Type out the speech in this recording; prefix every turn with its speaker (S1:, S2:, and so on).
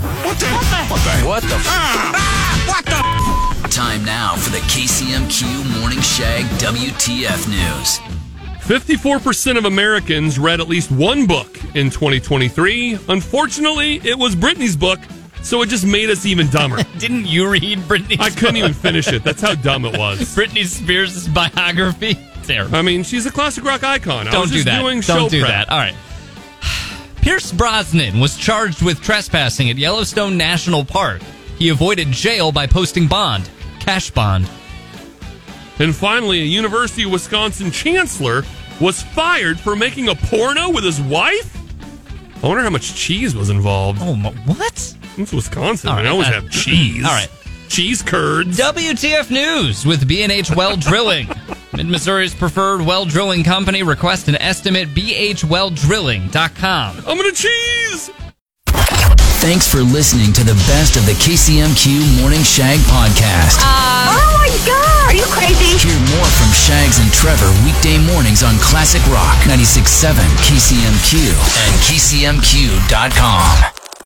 S1: What the? What the?
S2: What the? F-
S1: Ah, What the?
S3: Time now for the KCMQ Morning Shag WTF News.
S4: 54% of Americans read at least one book in 2023. Unfortunately, it was Britney's book, so it just made us even dumber.
S5: Didn't you read Britney?
S4: I couldn't even finish it. That's how dumb it was.
S5: Britney Spears' biography? Terrible.
S4: I mean, she's a classic rock icon. I
S5: Don't
S4: was
S5: do
S4: just
S5: that.
S4: doing show
S5: Don't do
S4: prep.
S5: that. All right. Pierce Brosnan was charged with trespassing at Yellowstone National Park. He avoided jail by posting bond, cash bond.
S4: And finally, a University of Wisconsin chancellor was fired for making a porno with his wife? I wonder how much cheese was involved.
S5: Oh, my, what?
S4: It's Wisconsin.
S5: All right,
S4: I always
S5: uh,
S4: have cheese.
S5: all right.
S4: Cheese curds.
S5: WTF News with BH Well Drilling. Mid Missouri's preferred well drilling company request an estimate bhwelldrilling.com.
S4: I'm going to cheese.
S3: Thanks for listening to the best of the KCMQ Morning Shag podcast.
S1: Ah.
S6: oh my god! Are you crazy?
S3: Hear more from Shags and Trevor weekday mornings on Classic Rock 96.7 KCMQ and KCMQ.com.